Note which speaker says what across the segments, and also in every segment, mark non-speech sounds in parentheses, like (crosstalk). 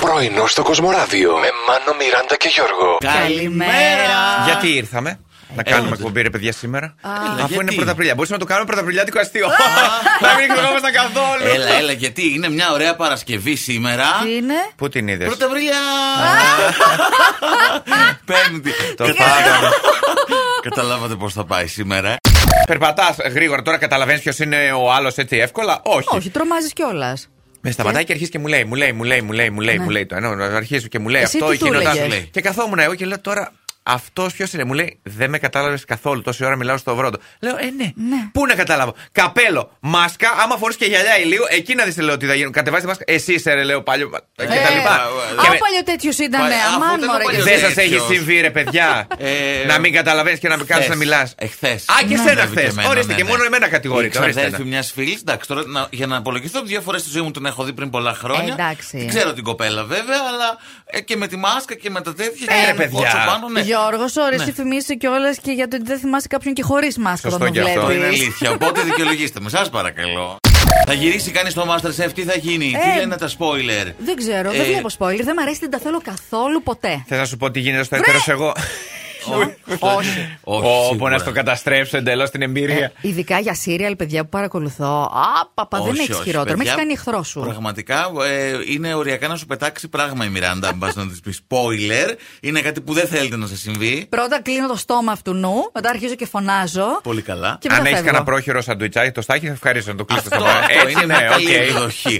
Speaker 1: Πρωινό στο Κοσμοράδιο με Μάνο, Μιράντα και Γιώργο.
Speaker 2: Καλημέρα!
Speaker 3: Γιατί ήρθαμε να κάνουμε
Speaker 2: όντως.
Speaker 3: εκπομπή, ρε παιδιά, σήμερα.
Speaker 2: Ε, γιατί?
Speaker 3: Αφού είναι πρωταπριλιά. Μπορούσαμε να το κάνουμε πρωταπριλιάτικο αστείο. (laughs) Να μην ξεχνόμασταν καθόλου.
Speaker 2: Έλα, έλα, γιατί είναι μια ωραία Παρασκευή σήμερα.
Speaker 4: Τι είναι.
Speaker 3: Πού την είδες.
Speaker 2: Πρώτα
Speaker 4: (laughs)
Speaker 2: βρίλια! Πέμπτη.
Speaker 3: Το φάγαμε.
Speaker 2: Καταλάβατε πώς θα πάει σήμερα.
Speaker 3: Περπατάς γρήγορα τώρα, καταλαβαίνεις ποιος είναι ο άλλος έτσι εύκολα. Όχι.
Speaker 4: Όχι, τρομάζεις κιόλας.
Speaker 3: Με σταματάει και αρχίζει και μου λέει, μου λέει, μου λέει, μου λέει, μου λέει, μου λέει το ένα. Αρχίζει και μου λέει
Speaker 4: Εσύ
Speaker 3: αυτό,
Speaker 4: τι του
Speaker 3: εκείνο
Speaker 4: έλεγες?
Speaker 3: τ' άλλο. Και καθόμουν εγώ και λέω τώρα. Αυτός ποιος είναι, μου λέει, δεν με κατάλαβες καθόλου. Τόση ώρα μιλάω στο βρόντο. Λέω, Ε, ναι. Πού να κατάλαβω. Καπέλο, μάσκα, άμα φορείς και γυαλιά ηλίου, εκεί να δεις, λέω, τι θα γίνει. Κατεβάζεις τη μάσκα. Εσύ είσαι, ρε, λέω, παλιό. και τα λοιπά.
Speaker 2: ε,
Speaker 3: Και
Speaker 4: Α,
Speaker 3: με-
Speaker 4: ο παλιό τέτοιος ήταν. ε,
Speaker 2: Παλι- αφού
Speaker 4: Αμάν,
Speaker 2: ήταν ο
Speaker 4: μωρέ.
Speaker 2: παλιός.
Speaker 4: και-
Speaker 3: δεν σας έχει
Speaker 2: τέτοιος.
Speaker 3: συμβεί, ρε, παιδιά.
Speaker 2: Ε,
Speaker 3: να μην καταλαβαίνεις και να μην κάνεις να μιλάς.
Speaker 2: Εχθές.
Speaker 3: Α, και εσένα χθες.
Speaker 2: ναι,
Speaker 3: Ορίστε, και μόνο εμένα ναι, κατηγορείτε, ορίστε ναι.
Speaker 2: αδέρφη
Speaker 3: ένα.
Speaker 2: μιας φίλης. Εντάξει, τώρα να- για να απολογηθώ, δύο φορές στη ζωή μου την έχω δει πριν πολλά χρόνια.
Speaker 4: Ε, εντάξει.
Speaker 2: Την ξέρω την κοπέλα βέβαια, αλλά ε, και με τη μάσκα και με τα τέτοια.
Speaker 3: Ε,
Speaker 2: και
Speaker 3: ρε, παιδιά.
Speaker 2: κότσο πάνω, ναι.
Speaker 4: Γιώργο, ωραία,
Speaker 2: Ναι.
Speaker 4: εσύ θυμίσαι κιόλας και για το ότι δεν θυμάσαι κάποιον και χωρίς μάσκα
Speaker 3: Σωστό
Speaker 4: όταν
Speaker 3: κι αυτό.
Speaker 2: Αυτό είναι
Speaker 4: βλέπεις.
Speaker 2: αλήθεια. Οπότε δικαιολογήστε με, σας παρακαλώ. Θα γυρίσει κανείς στο Masterchef, τι θα γίνει, τι
Speaker 4: Ε,
Speaker 2: λένε τα spoiler.
Speaker 4: Δεν ξέρω,
Speaker 2: Ε,
Speaker 4: δεν βλέπω spoiler, δεν μ' αρέσει, δεν τα θέλω καθόλου ποτέ.
Speaker 3: Θες να σου πω τι γίνεται στο έτερο εγώ.
Speaker 2: Όχι.
Speaker 3: Όπου
Speaker 2: σίγουρα. Ε,
Speaker 3: να στο καταστρέψω εντελώς την εμπειρία.
Speaker 4: Ειδικά για σύριαλ, παιδιά που παρακολουθώ. Απαπα, δεν
Speaker 2: Όχι,
Speaker 4: έχεις
Speaker 2: όχι,
Speaker 4: χειρότερο. Με
Speaker 2: παιδιά.
Speaker 4: έχει κάνει εχθρό σου.
Speaker 2: Πραγματικά ε, είναι οριακά να σου πετάξει πράγμα η Μιράντα. Αν πας να της πεις spoiler, είναι κάτι που δεν θέλετε να σα συμβεί.
Speaker 4: Πρώτα κλείνω το στόμα αυτού νου, μετά αρχίζω και φωνάζω.
Speaker 2: Πολύ καλά.
Speaker 4: Και
Speaker 3: Αν
Speaker 4: μετά
Speaker 3: έχεις
Speaker 4: φεύγω.
Speaker 3: κανένα πρόχειρο σαντουιτσάκι, το στάκι θα ευχαρίσω να το κλείσω
Speaker 2: Αυτό,
Speaker 3: στο μάτι.
Speaker 2: αυτό είναι μια
Speaker 3: οκ.
Speaker 2: καλή εκδοχή.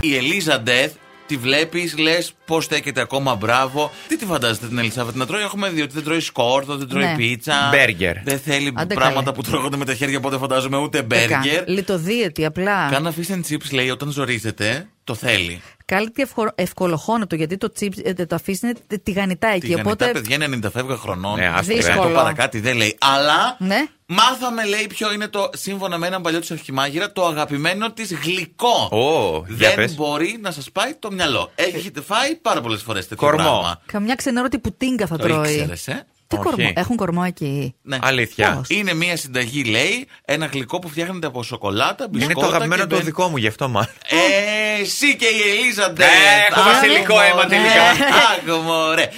Speaker 2: Η Ελίζα Ντεθ τη βλέπεις, λες πώς στέκεται ακόμα, μπράβο. Τι τη φαντάζεστε την Ελισάβετ να τρώει, έχουμε δει ότι δεν τρώει σκόρδο, δεν τρώει
Speaker 4: Ναι.
Speaker 2: πίτσα.
Speaker 3: Μπέργκερ.
Speaker 2: Δεν θέλει
Speaker 4: Άντε
Speaker 2: πράγματα
Speaker 4: καλέ.
Speaker 2: που τρώγονται με τα χέρια, οπότε φαντάζομαι ούτε
Speaker 4: Δεν κάνω.
Speaker 2: μπέργκερ.
Speaker 4: Λιτοδίαιτη απλά.
Speaker 2: Κάνα fish and chips λέει όταν ζορίζεται, το θέλει.
Speaker 4: Κάλυπτη ευχο- ευκολοχώνατο γιατί το chips, ε, το αφήσει είναι τηγανιτά εκεί.
Speaker 2: Τη γανιτά
Speaker 4: οπότε
Speaker 2: παιδιά είναι 90 φεύγα χρονών.
Speaker 3: Ναι, άστο,
Speaker 4: Δύσκολο.
Speaker 3: ρε.
Speaker 2: Το παρακάτι δεν λέει. Αλλά
Speaker 4: Ναι.
Speaker 2: μάθαμε, λέει, ποιο είναι το, σύμφωνα με έναν παλιό της αρχιμάγειρα, το αγαπημένο της γλυκό.
Speaker 3: Ω, για
Speaker 2: δεν
Speaker 3: πες.
Speaker 2: μπορεί να σας πάει το μυαλό.
Speaker 4: Ε.
Speaker 2: Έχετε φάει πάρα πολλές φορές τέτοιο
Speaker 3: Κορμό.
Speaker 2: πράγμα.
Speaker 4: καμιά ξενέρωτη πουτίνκα θα
Speaker 2: Το
Speaker 4: τρώει.
Speaker 2: ήξερες, ε.
Speaker 4: Τι
Speaker 3: Όχι.
Speaker 4: κορμό, έχουν κορμό εκεί.
Speaker 2: Ναι.
Speaker 3: Αλήθεια.
Speaker 4: Πώς.
Speaker 2: Είναι μια συνταγή, λέει, ένα γλυκό που φτιάχνεται από σοκολάτα,
Speaker 3: Είναι
Speaker 2: μπισκότα.
Speaker 3: το αγαπημένο
Speaker 2: και
Speaker 3: το
Speaker 2: μπεν-
Speaker 3: δικό μου, γι' αυτό μάλλον.
Speaker 2: Ε, εσύ και η Ελίζα Ντέ.
Speaker 3: Ε, έχω
Speaker 2: Άκου,
Speaker 3: βασιλικό αίμα
Speaker 4: ναι.
Speaker 3: τελικά.
Speaker 2: Άκου, μωρέ.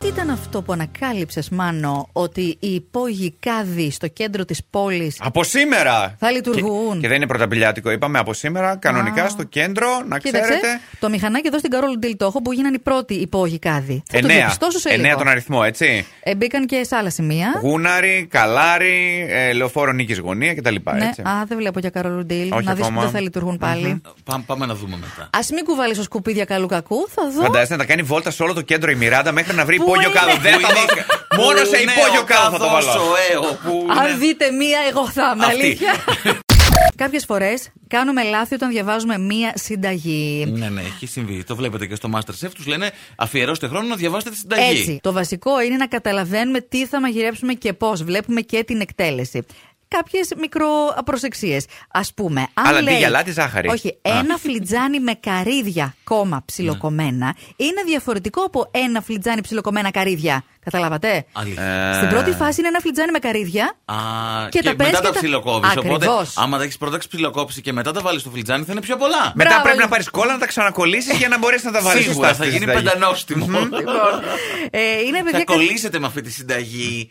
Speaker 4: Τι ήταν αυτό που ανακάλυψες Μάνο, ότι οι υπόγειοι κάδοι στο κέντρο της πόλης
Speaker 3: Από σήμερα!
Speaker 4: θα λειτουργούν.
Speaker 3: Και δεν είναι πρωταπηλιάτικο, είπαμε από σήμερα, κανονικά στο κέντρο, να
Speaker 4: Κοίταξε,
Speaker 3: ξέρετε.
Speaker 4: το μηχανάκι εδώ στην Καρόλου Ντιλτόχο που γίνανε οι πρώτοι υπόγειοι κάδοι. Θα το
Speaker 3: Εννέα.
Speaker 4: διαπιστώσω σε
Speaker 3: Εννέα
Speaker 4: λίγο.
Speaker 3: τον αριθμό, έτσι.
Speaker 4: Ε, μπήκαν και σε άλλα σημεία.
Speaker 3: Γούναρη, καλάρι, ε, λεωφόρο νίκης γωνία κτλ.
Speaker 4: Ναι.
Speaker 3: έτσι.
Speaker 4: Α, δεν βλέπω για Καρόλου Ντιλ.
Speaker 3: Όχι
Speaker 4: Να δεις που
Speaker 3: ακόμα.
Speaker 4: δεν θα λειτουργούν πάλι.
Speaker 2: Πάμε, πάμε να δούμε μετά.
Speaker 4: Ας μην κουβαλήσω σκουπίδια καλού κακού, θα δω.
Speaker 3: Φαντάζεσαι να τα κάνει βόλτα σε όλο το κέντρο η Μιράντα μέχρι να βρει
Speaker 4: Πού
Speaker 3: υπόγειο
Speaker 4: είναι?
Speaker 3: κάδο. Δεν
Speaker 2: Που
Speaker 3: θα τα
Speaker 2: είναι-
Speaker 3: δώσω. Μόνο σε
Speaker 2: που είναι
Speaker 3: υπόγειο
Speaker 2: ο
Speaker 3: κάδο θα το
Speaker 2: καθός
Speaker 3: βάλω.
Speaker 2: ο ΕΟ, που είναι-
Speaker 4: Αν δείτε μία, εγώ θα
Speaker 2: Ναι.
Speaker 4: είμαι.
Speaker 2: Αυτή.
Speaker 4: Αλήθεια. Κάποιες φορές κάνουμε λάθη όταν διαβάζουμε μία συνταγή.
Speaker 2: Ναι, ναι, έχει συμβεί. Το βλέπετε και στο Masterchef. Τους λένε αφιερώστε χρόνο να διαβάσετε τη συνταγή.
Speaker 4: Έτσι. Το βασικό είναι να καταλαβαίνουμε τι θα μαγειρέψουμε και πώς. Βλέπουμε και την εκτέλεση. Κάποιες μικροπροσεξίε. Ας πούμε. Αν
Speaker 3: Αλλά αντί
Speaker 4: λέει-
Speaker 3: για αλάτι, ζάχαρη.
Speaker 4: Όχι. Ένα φλιτζάνι με καρύδια κόμμα ψιλοκομμένα είναι διαφορετικό από ένα φλιτζάνι ψιλοκομμένα καρύδια. Καταλάβατε.
Speaker 2: Αλήθεια.
Speaker 4: Στην πρώτη φάση είναι ένα φλιτζάνι με καρύδια.
Speaker 2: Α,
Speaker 4: Και
Speaker 2: και,
Speaker 4: τα παίρνεις
Speaker 2: μετά
Speaker 4: και
Speaker 2: τα
Speaker 4: τα-
Speaker 2: ψιλοκόβεις. Οπότε,
Speaker 4: Ακριβώς.
Speaker 2: άμα τα έχεις πρώτα ξυλοκόψει και μετά τα βάλεις στο φλιτζάνι, θα είναι πιο πολλά.
Speaker 3: Μετά
Speaker 4: Μπράβο.
Speaker 3: πρέπει να πάρεις κόλλα να τα ξανακολλήσεις για να μπορέσεις να τα βάλεις.
Speaker 2: Σίγουρα θα γίνει πεντανόστιμο.
Speaker 4: Λοιπόν, ε, είναι
Speaker 2: Θα
Speaker 4: παιδιά. κα-
Speaker 2: κολλήσετε με αυτή τη συνταγή.